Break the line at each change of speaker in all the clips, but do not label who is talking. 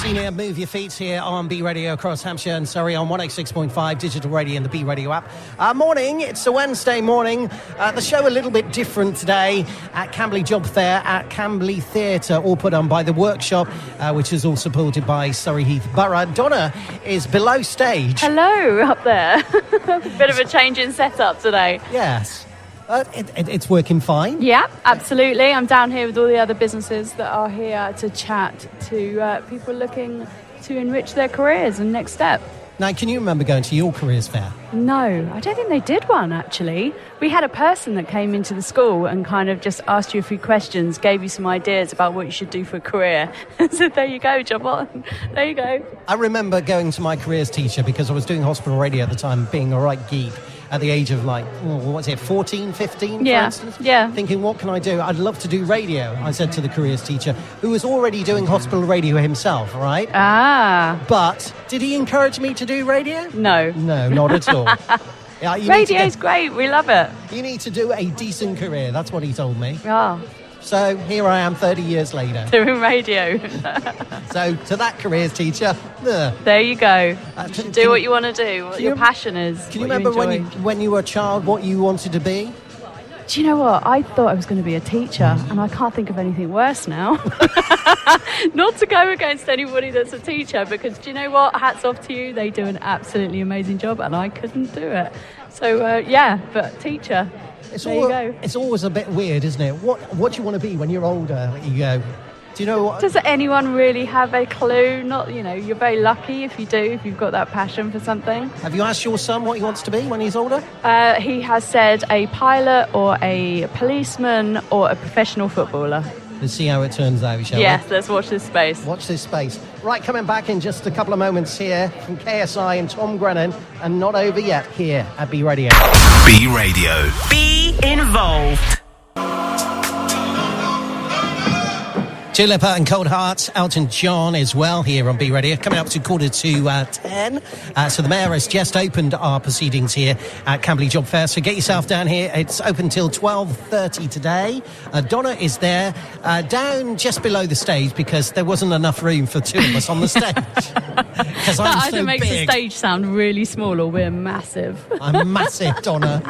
Senior. Move your feet here on B Radio across Hampshire and Surrey on 106.5 digital radio and the B Radio app. Uh, morning, it's a Wednesday morning. Uh, the show a little bit different today at Camberley Job Fair at Camberley Theatre, all put on by the workshop, uh, which is all supported by Surrey Heath Borough. Donna is below stage.
Hello up there. Bit of a change in setup today.
Yes. Uh, it, it, it's working fine.
Yeah, absolutely. I'm down here with all the other businesses that are here to chat to uh, people looking to enrich their careers and next step.
Now, can you remember going to your careers fair?
No, I don't think they did one actually. We had a person that came into the school and kind of just asked you a few questions, gave you some ideas about what you should do for a career. so there you go, job on. There you go.
I remember going to my careers teacher because I was doing hospital radio at the time, being a right geek at the age of like, oh, what's it, 14, 15, for
Yeah,
instance?
yeah.
Thinking, what can I do? I'd love to do radio, I said to the careers teacher, who was already doing hospital radio himself, right?
Ah,
but did he encourage me to do radio?
no.
No, not at all. Yeah, you, need to
Radio's great. We love it.
get- you need to do a decent career. That's what he told me.
Ah,
So here I am 30 years later.
doing radio.
So to that careers teacher, ugh.
There you go.
Uh,
You should
can-
do
can-
what you want to do, what
can
your
you-
passion is.
can you
what
remember when you,
enjoy.
when you were a child what you wanted to be?
Do you know what? I thought I was going to be a teacher, and I can't think of anything worse now. Not to go against anybody that's a teacher, because do you know what? Hats off to you. They do an absolutely amazing job, and I couldn't do it. So, uh, yeah, but teacher.
It's,
there
al-
you go.
it's always a bit weird, isn't it? What, what do you want to be when you're older? You go, do you know what?
Does anyone really have a clue? Not, you know, you're very lucky if you do, if you've got that passion for something.
Have you asked your son what he wants to be when he's older?
Uh, he has said a pilot or a policeman or a professional footballer.
Let's see how it turns out, shall
yes, let's watch this space.
we? Watch this space. Right, coming back in just a couple of moments here from KSI and Tom Grennan, and not over yet here at B Radio.
B Radio.
Be involved.
Tulipa and Cold Hearts, Elton John as well here on B Radio. Coming up to quarter to uh, ten. Uh, so the mayor has just opened our proceedings here at Camberley Job Fair. So get yourself down here. It's open till twelve thirty today. Uh, Donna is there uh, down just below the stage because there wasn't enough room for two of us on the stage. Because I'm
That either
so
makes
big.
the stage sound really small or we're massive.
I'm massive, Donna.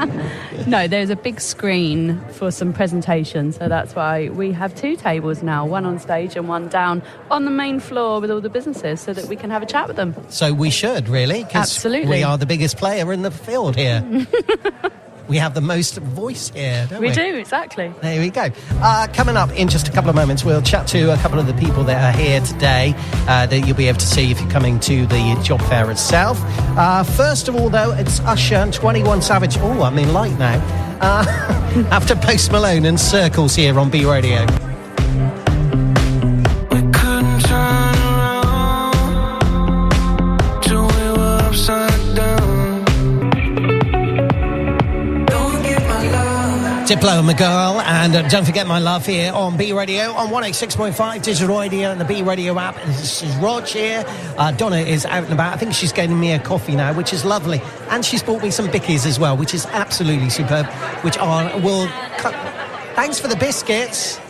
no, there's a big screen for some presentations, so that's why we have two tables now one on stage and one down on the main floor with all the businesses so that we can have a chat with them.
So we should really, because
Absolutely.
we are the biggest player in the field here. we have the most voice here, don't we?
We do, exactly.
There we go. Uh, coming up in just a couple of moments, we'll chat to a couple of the people that are here today uh, that you'll be able to see if you're coming to the job fair itself. Uh, first of all, though, it's Usher and 21 Savage. Oh, I'm in light now. Uh, after Post Malone and Circles here on B Radio.
We couldn't turn around till we were upside down. Don't get my love.
Diplo and McGirl, and uh, don't forget my love here on B Radio on 106.5 Digital Radio and the B Radio app. This is Rog here. Uh, Donna is out and about. I think she's getting me a coffee now, which is lovely. And she's bought me some bickies as well, which is absolutely superb, which are will cut. Thanks for the biscuits.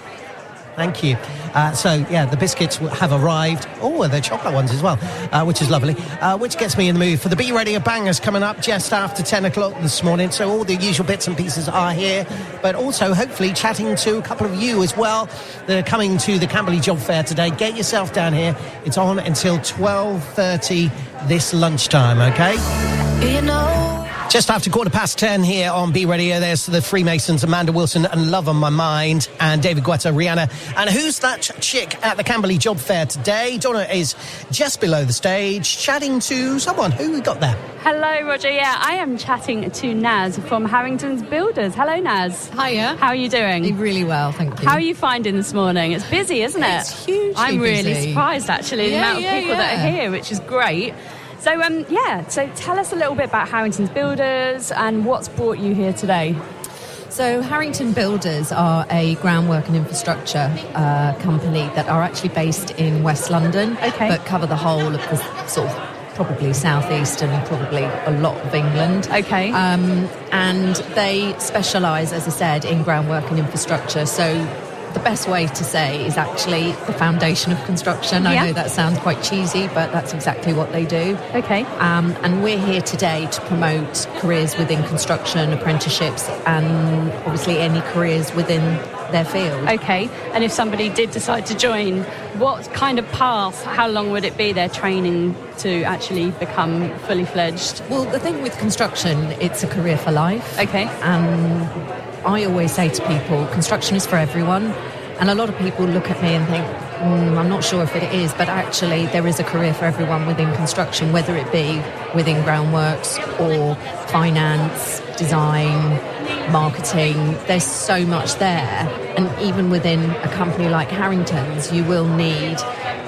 Thank you. Uh, so, yeah, the biscuits w- have arrived. Oh, and they're chocolate ones as well, uh, which is lovely. Uh, which gets me in the mood for the Be Ready Bangers coming up just after 10 o'clock this morning. So, all the usual bits and pieces are here, but also hopefully chatting to a couple of you as well that are coming to the Camberley Job Fair today. Get yourself down here. It's on until 12.30 this lunchtime, okay? Just after quarter past ten here on B Radio, there's the Freemasons, Amanda Wilson and Love on My Mind, and David Guetta, Rihanna. And who's that ch- chick at the Camberley Job Fair today? Donna is just below the stage chatting to someone. Who we got there?
Hello, Roger. Yeah, I am chatting to Naz from Harrington's Builders. Hello, Naz.
Hiya.
How are you doing?
Really well, thank you.
How are you finding this morning? It's busy, isn't it?
It's hugely
I'm really
busy.
surprised, actually, the
Yeah,
amount
yeah,
of people that
yeah.
are here, which is great. So, um, yeah, so tell us a little bit about Harrington's Builders and what's brought you here today.
So, Harrington Builders are a groundwork and infrastructure uh, company that are actually based in West London,
Okay.
but cover the whole of the sort of probably southeast and probably a lot of England.
Okay.
Um, and they specialise, as I said, in groundwork and infrastructure. So, the best way to say is actually the foundation of construction.
Yeah.
I know that sounds quite cheesy, but that's exactly what they do.
Okay.
Um, and we're here today to promote careers within construction, apprenticeships, and obviously any careers within their field.
Okay. And if somebody did decide to join, what kind of path, how long would it be their training to actually become fully fledged?
Well, the thing with construction, it's a career for life.
Okay.
And I always say to people, construction is for everyone. And a lot of people look at me and think, mm, I'm not sure if it is, but actually, there is a career for everyone within construction, whether it be within groundworks or finance, design, marketing. There's so much there. And even within a company like Harrington's, you will need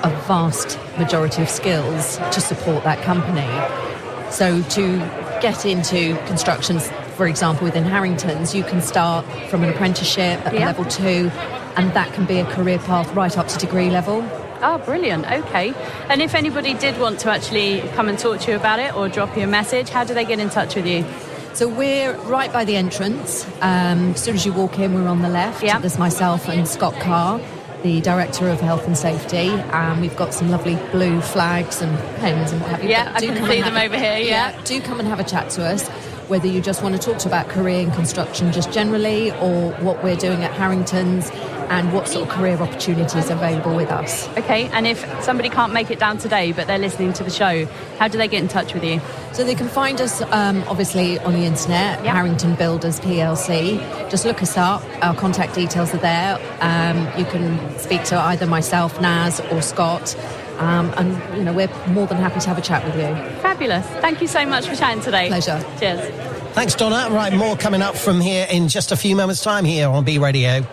a vast majority of skills to support that company. So to get into construction, for example, within Harrington's, you can start from an apprenticeship at a
Yeah.
level two, and that can be a career path right up to degree level.
Ah, brilliant. Okay. And if anybody did want to actually come and talk to you about it or drop you a message, how do they get in touch with you?
So we're right by the entrance. Um, as soon as you walk in, we're on the left.
Yeah.
There's myself and Scott Carr, the Director of Health and Safety. Um, we've got some lovely blue flags and pens and what have you.
Yeah,
But
I
do
can
come
see
and
them
have a-
over here, yeah.
do come and have a chat to us. Whether you just want to talk to about career in construction just generally, or what we're doing at Harrington's, and what sort of career opportunities are available with us.
Okay. And if somebody can't make it down today, but they're listening to the show, how do they get in touch with you?
So they can find us um, obviously on the internet,
Yeah.
Harrington Builders PLC. Just look us up. Our contact details are there. Um, you can speak to either myself, Naz, or Scott. Um, and you know we're more than happy to have a chat with you.
Fabulous. Thank you so much for chatting today.
Pleasure.
Cheers.
Thanks, Donna. Right, more coming up from here in just a few moments' time here on B Radio.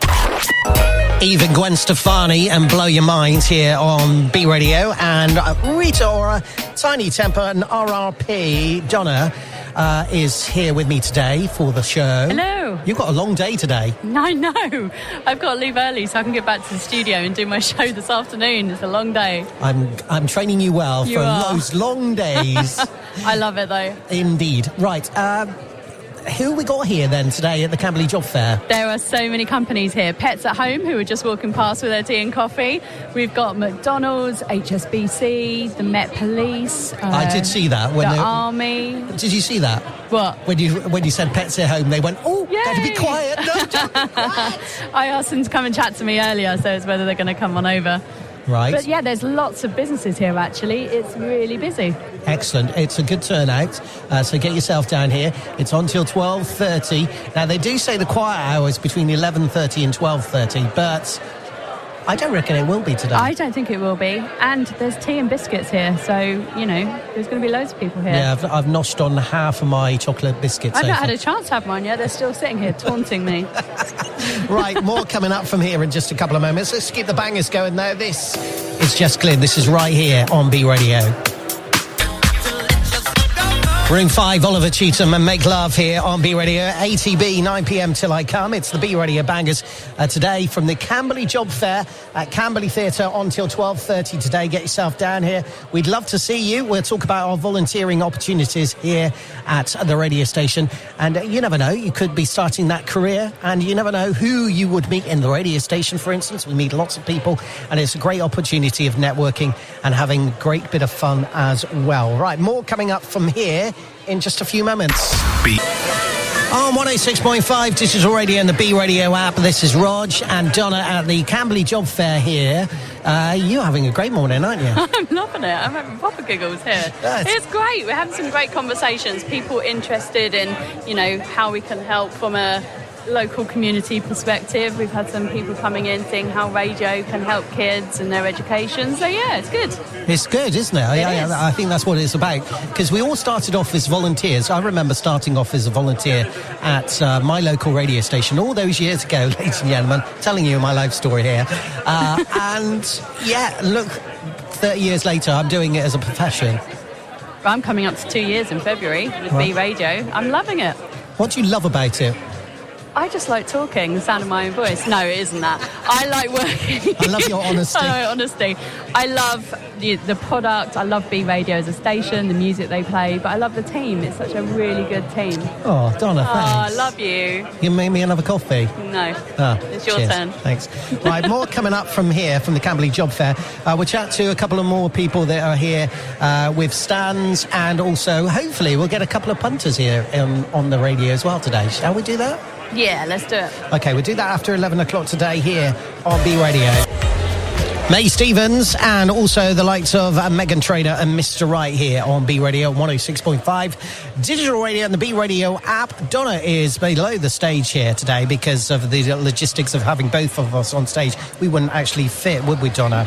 Eve and Gwen Stefani and Blow Your Mind here on B Radio. And uh, Rita Ora, Tiny Temper, and RRP. Donna uh, is here with me today for the show.
Hello.
You've got a long day today.
I know. I've got to leave early so I can get back to the studio and do my show this afternoon. It's a long day.
I'm, I'm training you well
You
for
are.
those long days.
I love it though.
Indeed. Right. Um, who we got here then today at the Camberley Job Fair?
There are so many companies here. Pets at Home, who are just walking past with their tea and coffee. We've got McDonald's, HSBC, the Met Police. Uh,
I did see that when
the
they-
Army.
Did you see that?
What?
When you when you said pets at home, they went, oh, got to be
Yay!
quiet. No, don't-
I asked them to come and chat to me earlier, so it's whether they're going to come on over.
right.
But yeah, there's lots of businesses here actually. It's really busy.
Excellent. It's a good turnout. Uh, so get yourself down here. It's on till 12.30. Now, they do say the quiet hour is between 11.30 and 12.30, but I don't reckon it will be today.
I don't think it will be. And there's tea and biscuits here, so, you know, there's going to be loads of people here.
yeah, I've, I've noshed on half of my chocolate biscuits.
I've
so
not
far.
had a chance to have mine yet. They're still sitting here taunting me.
Right, more coming up from here in just a couple of moments. Let's keep the bangers going though. This is Just Glyn. This is right here on B Radio. Room 5, Oliver Cheetham and Make Love here on B Radio. ATB, 9pm till I come. It's the B Radio Bangers uh, today from the Camberley Job Fair at Camberley Theatre on till 12.30 today. Get yourself down here. We'd love to see you. We'll talk about our volunteering opportunities here at the radio station. And uh, you never know, you could be starting that career and you never know who you would meet in the radio station, for instance. We meet lots of people and it's a great opportunity of networking and having a great bit of fun as well. Right, more coming up from here in just a few moments.
B.
On 106.5 Digital Radio and the B Radio app, this is Rog and Donna at the Camberley Job Fair here. Uh, you're having a great morning, aren't you?
I'm loving it. I'm having proper giggles here.
Yeah, it's-
It's great. We're having some great conversations. People interested in, you know, how we can help from a local community perspective. We've had some people coming in saying how radio can help kids and their education. So yeah, it's good.
It's good, isn't it? I,
is.
I, I think that's what it's about. Because we all started off as volunteers. I remember starting off as a volunteer at uh, my local radio station all those years ago, ladies and gentlemen, telling you my life story here. Uh, and yeah, look, 30 years later, I'm doing it as a profession.
I'm coming up to two years in February with
Right.
B Radio. I'm loving it.
What do you love about it?
I just like talking, the sound of my own voice. No, it isn't that. I like working.
I love your honesty.
I love honesty. I love the, the product. I love B Radio as a station, the music they play, but I love the team. It's such a really good team.
Oh, Donna,
Oh, I
thanks.
love you.
You make me another coffee.
No.
Ah,
it's your
cheers.
turn.
Thanks. Right, more coming up from here, from the Camberley Job Fair. Uh, we'll chat to a couple of more people that are here uh, with stands, and also hopefully we'll get a couple of punters here um, on the radio as well today. Shall we do that?
Yeah, let's do it.
Okay, we'll do that after 11 o'clock today here on B Radio. May Stevens and also the likes of uh, Megan Trader and Mr. Right here on B Radio 106.5 digital radio and the B Radio app. Donna is below the stage here today because of the logistics of having both of us on stage. We wouldn't actually fit, would we, Donna?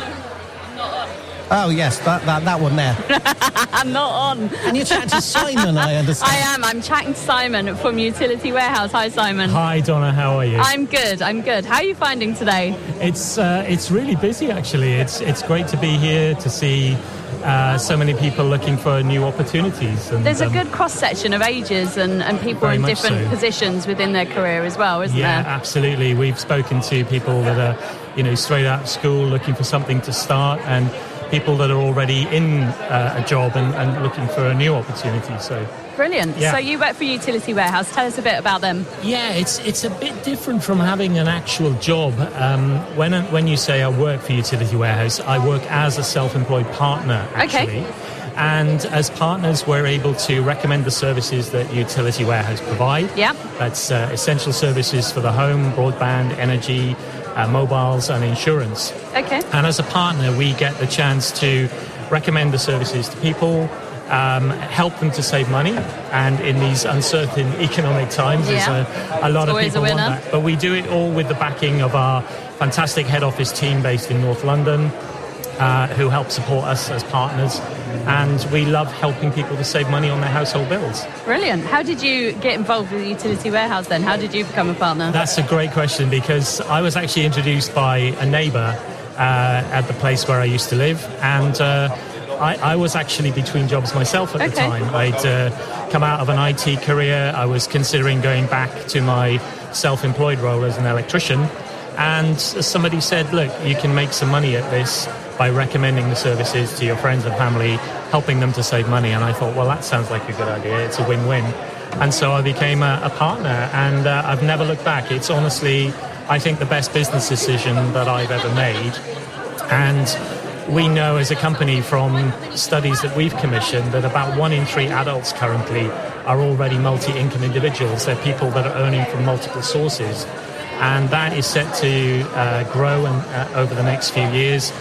Oh, yes, that, that, that one there.
I'm not on.
And you chat to Simon, I understand.
I am. I'm chatting to Simon from Utility Warehouse. Hi, Simon.
Hi Donna, how are you?
I'm good. I'm good. How are you finding today?
It's uh, it's really busy actually. It's it's great to be here to see uh, so many people looking for new opportunities. And,
There's a
um,
good cross section of ages and, and people
Very
in
much
different
so.
positions within their career as well, isn't
Yeah,
there?
absolutely. We've spoken to people that are you know straight out of school looking for something to start and. People that are already in uh, a job and, and looking for a new opportunity. So,
Brilliant.
uh, Yeah.
So you work for Utility Warehouse. Tell us a bit about them.
Yeah, it's it's a bit different from having an actual job. Um, when when you say I work for Utility Warehouse, I work as a self-employed partner
Okay.
actually. And as partners, we're able to recommend the services that Utility Warehouse provide.
Yep.
That's uh, essential services for the home, broadband, energy, uh, mobiles, and insurance.
Okay.
And as a partner, we get the chance to recommend the services to people, um, help them to save money. And in these uncertain economic times, there's
Yeah.
a, a lot
It's
of
always
people
a
want
winner.
that. But we do it all with the backing of our fantastic head office team based in North London, uh, who help support us as partners. And we love helping people to save money on their household bills.
Brilliant. How did you get involved with Utility Warehouse then? How did you become a partner?
That's a great question because I was actually introduced by a neighbour uh, at the place where I used to live, and uh, I, I was actually between jobs myself at the
Okay.
time. I'd uh, come out of an IT career. I was considering going back to my self-employed role as an electrician, and somebody said, "Look, you can make some money at this." By recommending the services to your friends and family, helping them to save money. And I thought, well, that sounds like a good idea. It's a win win. And so I became a, a partner, and uh, I've never looked back. It's honestly, I think, the best business decision that I've ever made. And we know as a company from studies that we've commissioned that about one in three adults currently are already multi income individuals. They're people that are earning from multiple sources. And that is set to uh, grow and, uh, over the next few years.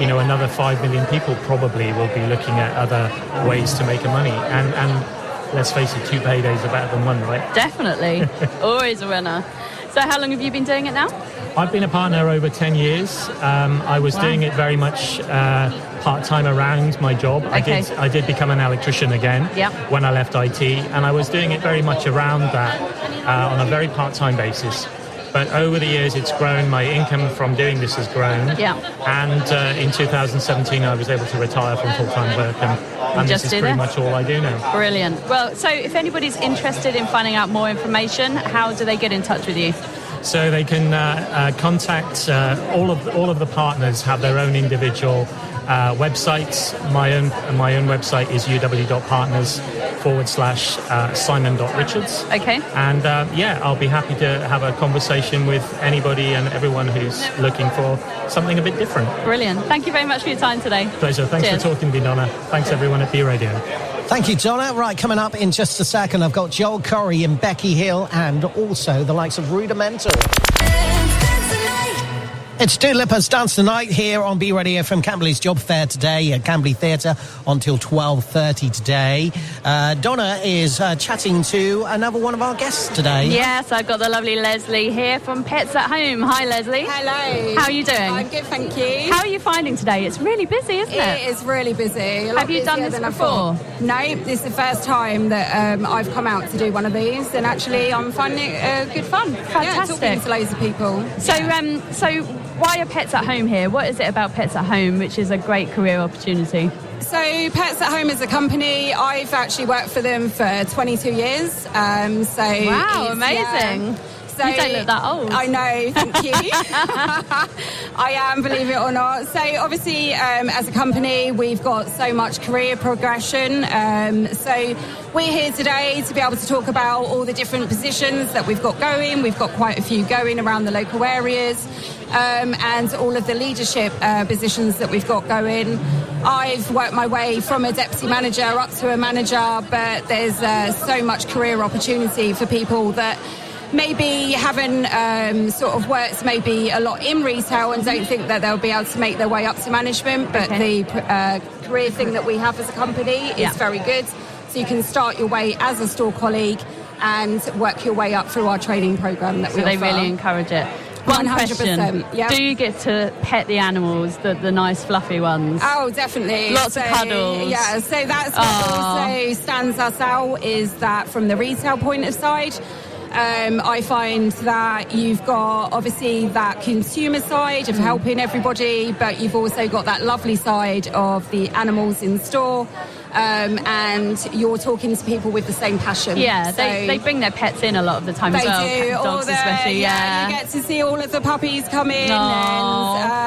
You know, another 5 million people probably will be looking at other ways to make money. And, and let's face it, two paydays are better than one, right?
Definitely. Always a winner. So how long have you been doing it now?
I've been a partner over 10 years. Um, I was doing it very much uh, part time around my job. I, did,
Okay.
I did become an electrician again
Yep.
when I left IT, and I was doing it very much around that uh, on a very part time basis. But over the years, it's grown. My income from doing this has grown.
Yeah.
And uh, in 2017, I was able to retire from full time work, and, and
Just
this is
do
pretty
this.
much all I do now.
Brilliant. Well, so if anybody's interested in finding out more information, how do they get in touch with you?
So they can uh, uh, contact uh, all of all of the partners have their own individual uh, websites. My own my own website is uw.partners forward slash uh, simon.richards.
Okay.
And uh, yeah, I'll be happy to have a conversation with anybody and everyone who's looking for something a bit different.
Brilliant. Thank you very much for your time today.
Pleasure. Thanks
Cheers.
for talking to me, Donna. Thanks everyone at B Radio.
Thank you, Donna. Right, coming up in just a second, I've got Joel Corey and Becky Hill, and also the likes of Rudimental. It's Two Lippers Dance Tonight here on B Radio from Camberley's Job Fair today at Camberley Theatre until 12.30 today. Uh, Donna is uh, chatting to another one of our guests today.
Yes, I've got the lovely Leslie here from Pets at Home. Hi, Leslie.
Hello.
How are you doing?
I'm good, thank you.
How are you finding today? It's really busy, isn't
it
it?
is really busy. a lot
Have you done
busier
this
than I thought. No, this is the first time that um, I've come out to do one of these, and actually, I'm finding it uh, good fun.
Fantastic.
Yeah, talking to loads of people.
So, um, so why are pets at home here? What is it about pets at home which is a great career opportunity?
So, Pets at Home is a company. I've actually worked for them for 22 years. Um, so
Wow,
it's- um,
amazing.
yeah. So
You don't look that old.
I know. Thank you. I am, believe it or not. So obviously, um, as a company, we've got so much career progression. Um, so we're here today to be able to talk about all the different positions that we've got going. We've got quite a few going around the local areas, um, and all of the leadership uh, positions that we've got going. I've worked my way from a deputy manager up to a manager, but there's uh, so much career opportunity for people that maybe haven't um, sort of worked maybe a lot in retail and don't think that they'll be able to make their way up to management. But
Okay.
the uh, career thing that we have as a company is
Yeah.
very good. So you can start your way as a store colleague and work your way up through our training program that
So
we
they
offer.
really encourage it. One
100%,
question.
yeah.
Do you get to pet the animals, the, the nice fluffy ones?
Oh, definitely.
Lots
so,
of cuddles.
Yeah, so that's what
Aw.
also stands us out is that from the retail point of side, um, I find that you've got obviously that consumer side
Mm.
of helping everybody, but you've also got that lovely side of the animals in store. Um, and you're talking to people with the same passion.
yeah, they,
So-
they bring their pets in a lot of the time as
they
well.
do.
cat-
all
dogs
the,
especially, yeah.
you get to see all of the puppies come
Aw.
in,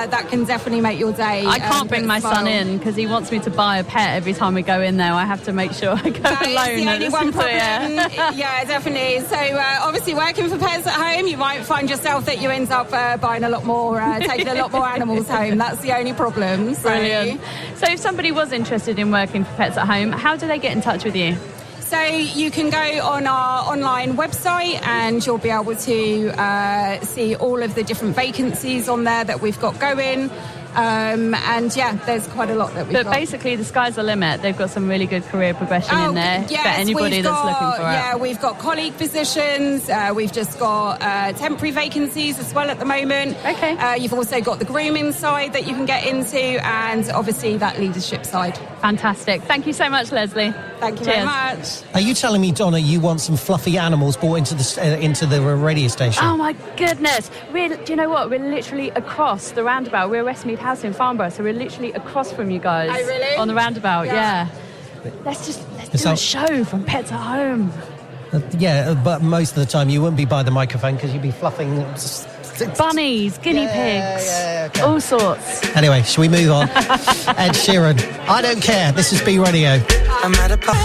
and uh, that can definitely make your day.
I can't
um,
bring my
smile.
son in because he wants me to buy a pet every time we go in there. I have to make sure I go
That is
alone.
the
and
only
listen
one
to it.
problem. yeah, definitely. So uh, obviously, working for pets at home, you might find yourself that you end up uh, buying a lot more, uh, taking a lot more animals home. That's the only problem. So.
Brilliant. So, if somebody was interested in working for pets at home, how do they get in touch with you?
So you can go on our online website and you'll be able to uh, see all of the different vacancies on there that we've got going. Um, and yeah, there's quite a lot that we've
But
got. Oh,
basically, the sky's the limit. They've got some really good career progression in there for
yes,
anybody
we've
that's
got-
looking for
Yeah,
it.
we've got colleague positions. Uh, we've just got uh, temporary vacancies as well at the moment.
Okay.
Uh, you've also got the grooming side that you can get into, and obviously that leadership side.
Fantastic. Thank you so much, Leslie.
Thank you
Cheers.
very much.
Are you telling me, Donna, you want some fluffy animals brought into the uh, into the radio station?
Oh my goodness! We're, do you know what? We're literally across the roundabout. We're Westmead House in Farnborough, so we're literally across from you guys.
Oh, really?
On the roundabout,
Yeah.
yeah. Let's just let's
It's
do a
out-
show from Pets at Home.
Uh, yeah, uh, but most of the time you wouldn't be by the microphone because you'd be fluffing.
Bunnies, guinea
Yeah,
pigs,
yeah, okay.
all sorts.
Anyway, shall we move on? Ed Sheeran. I don't care. This is B Radio.
I'm at a pub.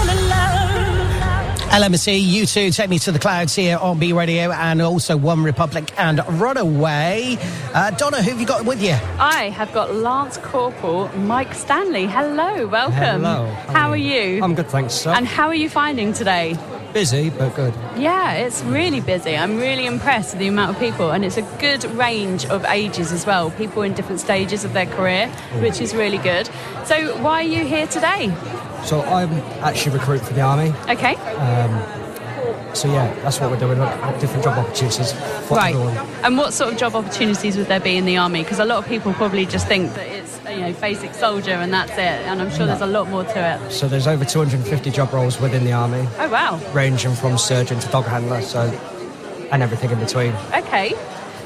LMC, you two take me to the clouds here on B Radio and also One Republic and Runaway. Uh, Donna, who have you got with you?
I have got Lance Corporal Mike Stanley. Hello, welcome.
Hello.
How are you?
I'm good, thanks. Sir.
and how are you finding today?
busy, but good.
Yeah, it's really busy. I'm really impressed with the amount of people, and it's a good range of ages as well. People in different stages of their career,
Oh.
which is really good. So, why are you here today?
So I'm actually recruit for the army.
Okay,
So yeah, that's what we're doing. Look at different job opportunities for
right.
everyone.
And what sort of job opportunities would there be in the army? Because a lot of people probably just think that it's you know basic soldier and that's it. And I'm sure there's a lot more to it.
So there's over 250 job roles within the army,
Oh wow.
ranging from surgeon to dog handler, so and everything in between.
Okay.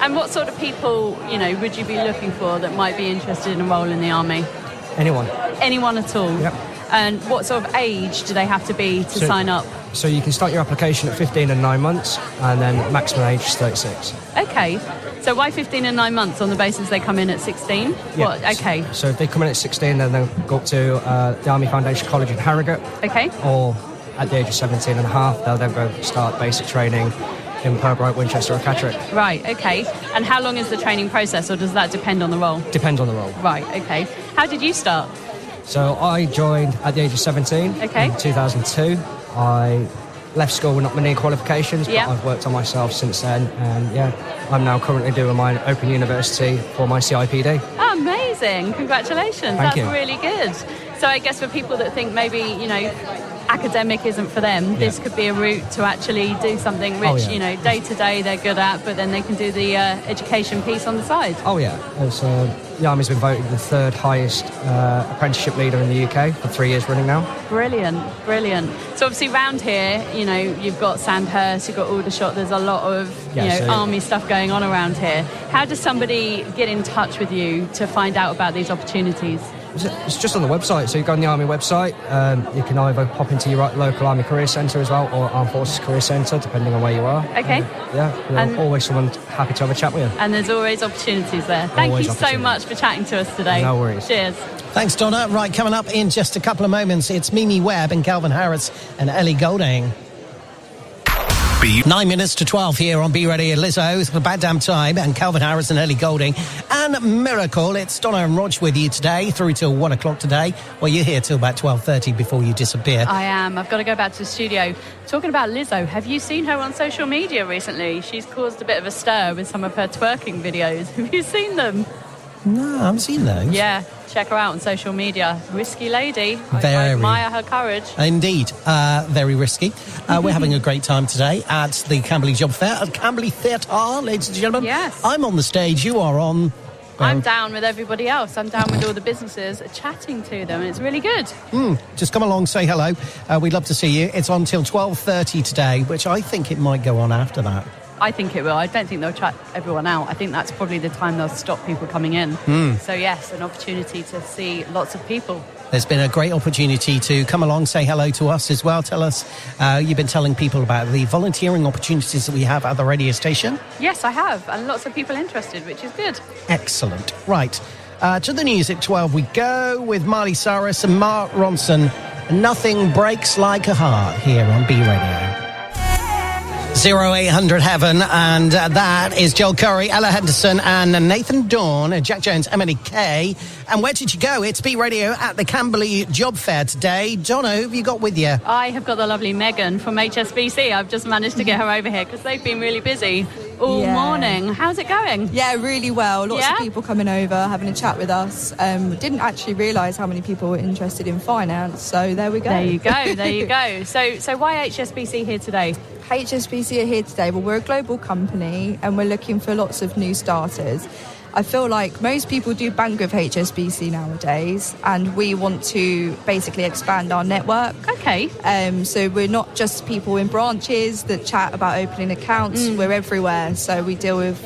And what sort of people you know would you be looking for that might be interested in a role in the army?
Anyone.
Anyone at all?
Yep.
And what sort of age do they have to be to
So-
sign up?
So you can start your application at 15 and nine months, and then maximum age is 36.
Okay. So why 15 and 9 months on the basis they come in at 16?
Yeah.
What? Okay.
So if they come in at 16, then they'll go up to uh, the Army Foundation College in Harrogate,
Okay.
or at the age of 17 and a half, they'll then go start basic training in Purbright, Winchester, or Catterick.
Right. Okay. And how long is the training process or does that depend on the role?
Depends on the role.
Right. Okay. How did you start?
So I joined at the age of 17
Okay.
in 2002. I left school with not many qualifications,
Yeah.
but I've worked on myself since then. And yeah, I'm now currently doing my Open University for my CIPD.
amazing. Congratulations. That's
you.
really good. So I guess for people that think maybe, you know, academic isn't for them, this could be a route to actually do something which,
Oh, yeah.
you know, day to day they're good at, but then they can do the uh, education piece on the side.
Oh yeah, it's, uh, the Army's been voted the third highest uh, apprenticeship leader in the UK for three years running now.
Brilliant, brilliant. So obviously round here, you know, you've got Sandhurst, you've got Aldershot, there's a lot of, you
Yeah,
know,
so-
army stuff going on around here. How does somebody get in touch with you to find out about these opportunities?
it's just on the website. So you go on the Army website. Um, you can either pop into your local Army Career Centre as well, or Armed Forces Career Centre, depending on where you are.
Okay.
And, yeah, there's
And-
always someone happy to have a chat with you.
And there's always opportunities there. Thank
Always
you so
opportunities.
much for chatting to us today.
No worries.
Cheers.
Thanks, Donna. Right, coming up in just a couple of moments, it's Mimi Webb and Calvin Harris and Ellie Golding.
Be
Nine minutes to 12 here on Be Ready at Lizzo. It's about damn time. And Calvin Harris and Ellie Golding. And Miracle. It's Donna and Rog with you today through till 1 o'clock today. Well, you're here till about 12.30 before you disappear.
I am. I've got to go back to the studio. Talking about Lizzo, have you seen her on social media recently? She's caused a bit of a stir with some of her twerking videos. Have you seen them?
no, Ah, I haven't seen those.
Yeah, check her out on social media. Risky lady. I- I
Very.
admire her courage.
Indeed, uh, very risky. Uh, we're having a great time today at the Camberley Job Fair at Camberley Theatre, ladies and gentlemen.
Yes.
I'm on the stage, you are on.
I'm down with everybody else. I'm down with all the businesses, chatting to them, and it's really good.
Just come along, say hello. Uh, we'd love to see you. It's on till 12.30 today, which I think it might go on after that.
I think it will. I don't think they'll chat everyone out. I think that's probably the time they'll stop people coming in. So, yes, an opportunity to see lots of people.
There's been a great opportunity to come along, say hello to us as well. Tell us, uh, you've been telling people about the volunteering opportunities that we have at the radio station.
Yes, I have, and lots of people interested, which is good.
Excellent. Right. Uh, to the news at 12 we go with Marley Cyrus and Mark Ronson. Nothing breaks like a heart here on B Radio. 0800 Heaven, and uh, that is Joel Curry, Ella Henderson, and Nathan Dawn, uh, Jack Jones, Emily Kay. And where did you go? It's B Radio at the Camberley Job Fair today. Donna, who have you got with you?
I have got the lovely Megan from HSBC. I've just managed to get her over here because they've been really busy all
Yeah.
morning. How's it going?
Yeah, really well. Lots
Yeah?
of people coming over, having a chat with us. Um, didn't actually realise how many people were interested in finance, so there we go.
There you go. There you go. So, so why HSBC here today?
HSBC are here today. Well, we're a global company and we're looking for lots of new starters. I feel like most people do bank with HSBC nowadays, and we want to basically expand our network.
Okay.
Um, so we're not just people in branches that chat about opening accounts.
Mm.
We're everywhere. So we deal with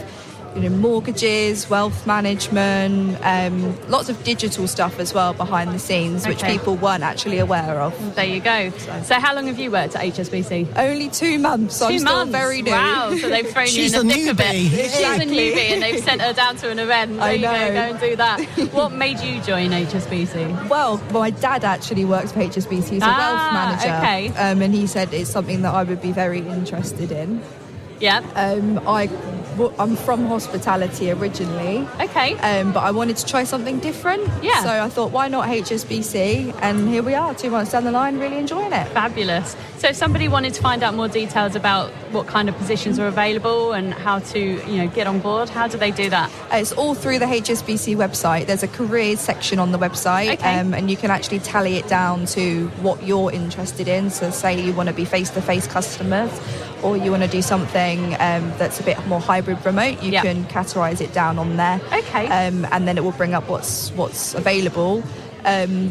you know mortgages, wealth management, um, lots of digital stuff as well behind the scenes, which
Okay. Mm.
people weren't actually aware of.
There you go. So, how long have you worked at HSBC?
Only two months. so I'm
Two
still
months.
very new.
Wow, so they've thrown
She's
you in the
a
thick of it.
newbie.
She's a
Exactly.
newbie, and they've sent her down to an event. There
I
you go,
know.
go and do that. What made you join HSBC?
Well, my dad actually works for HSBC. He's a
Ah,
wealth manager.
okay.
Um, and he said it's something that I would be very interested in.
Yeah.
Um, I, w- I'm from hospitality originally.
Okay.
um, but I wanted to try something different.
Yeah.
So I thought, why not HSBC? And here we are, two months down the line, really enjoying it.
Fabulous. So, if somebody wanted to find out more details about what kind of positions are available and how to, you know, get on board, how do they do that?
Uh, It's all through the HSBC website. There's a careers section on the website,
Okay.
um, and you can actually tally it down to what you're interested in. So, say you want to be face to face customers, or you want to do something um, that's a bit more hybrid remote. You
Yeah.
can categorize it down on there.
Okay.
Um, and then it will bring up what's what's available. Um,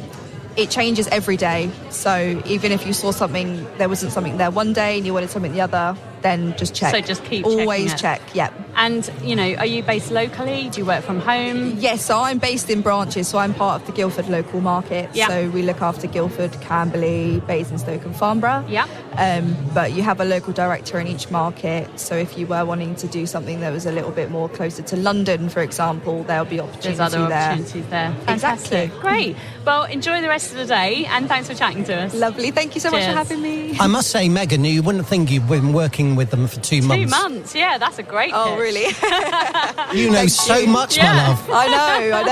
it changes every day. So even if you saw something, there wasn't something there one day, and you wanted something the other, then just check.
So just keep checking
always
it.
check. Yep.
And, you know, are you based locally? Do you work from home?
Yes, so I'm based in branches, so I'm part of the Guildford local market.
Yeah.
So we look after Guildford, Camberley, Basingstoke, and Farnborough.
Yeah.
Um, but you have a local director in each market. So if you were wanting to do something that was a little bit more closer to London, for example, there'll be opportunity
There's other
there.
opportunities there.
Exactly.
Fantastic. Great. Well, enjoy the rest of the day and thanks for chatting to us.
Lovely. Thank you so much
Cheers.
for having me.
I must say, Megan, you wouldn't think you've been working with them for two,
Two
months.
months. Yeah, that's a great
Oh,
pitch.
really?
You know so much,
Yeah.
my love.
I know, I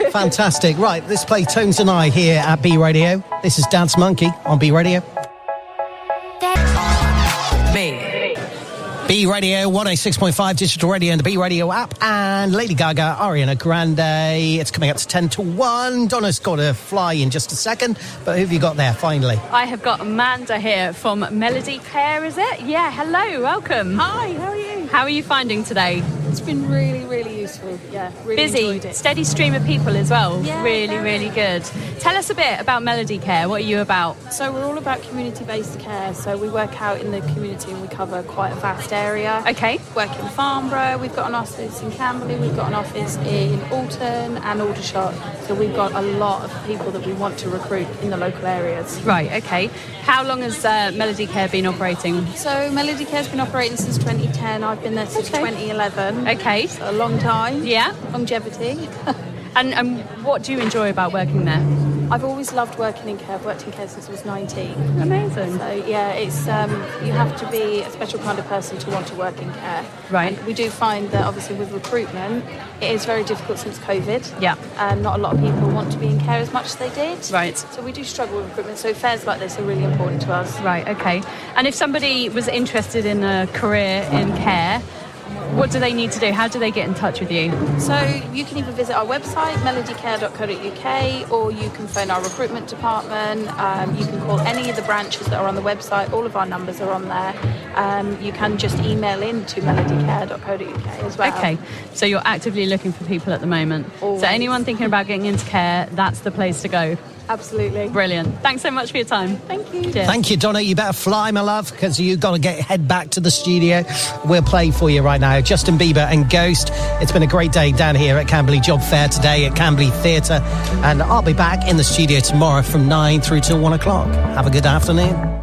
know.
Fantastic. Right, let's play Tones and I here at B Radio. This is Dance Monkey on B Radio. B Radio 106.5 digital radio and the B Radio app and Lady Gaga, Ariana Grande. It's coming up to 10 to 1. Donna's got to fly in just a second, but who have you got there finally?
I have got Amanda here from Melody Care, is it? Yeah, hello, welcome.
Hi, how are you?
How are you finding today?
It's been really, really
useful. Yeah,
Really enjoyed
busy,
it.
steady stream of people as well.
Yeah,
really,
very.
really good. Tell us a bit about Melody Care. What are you about?
So we're all about community-based care. So we work out in the community and we cover quite a vast area.
Okay.
Work in Farnborough. We've got an office in Camberley. We've got an office in Alton and Aldershot. So we've got a lot of people that we want to recruit in the local areas.
Right. Okay. How long has uh, Melody Care been operating?
So Melody Care's been operating since 2010. I've been there since 2011.
Okay.
So a long time.
Yeah.
Longevity.
And and what do you enjoy about working there?
I've always loved working in care. I've worked in care since I was 19.
Amazing.
So yeah, it's um, you have to be a special kind of person to want to work in care.
Right.
We do find that obviously with recruitment, it is very difficult since COVID.
Yeah.
And not a lot of people want to be in care as much as they did.
Right.
So we do struggle with recruitment. So fairs like this are really important to us.
Right. Okay. And if somebody was interested in a career in care, what do they need to do? How do they get in touch with you?
So you can either visit our website, melodycare.co.uk, or you can phone our recruitment department. Um, you can call any of the branches that are on the website. All of our numbers are on there. Um, you can just email in to melodycare.co.uk as well.
Okay, so you're actively looking for people at the moment.
um, Always.
So anyone thinking about getting into care, that's the place to go.
Absolutely.
Brilliant. Thanks so much for your time.
Thank you.
Thank you, Donna. You better fly, my love, because you got to get head back to the studio. We'll play for you right now. Justin Bieber and Ghost. It's been a great day down here at Camberley Job Fair today at Camberley Theatre, and I'll be back in the studio tomorrow from nine through till one o'clock. Have a good afternoon.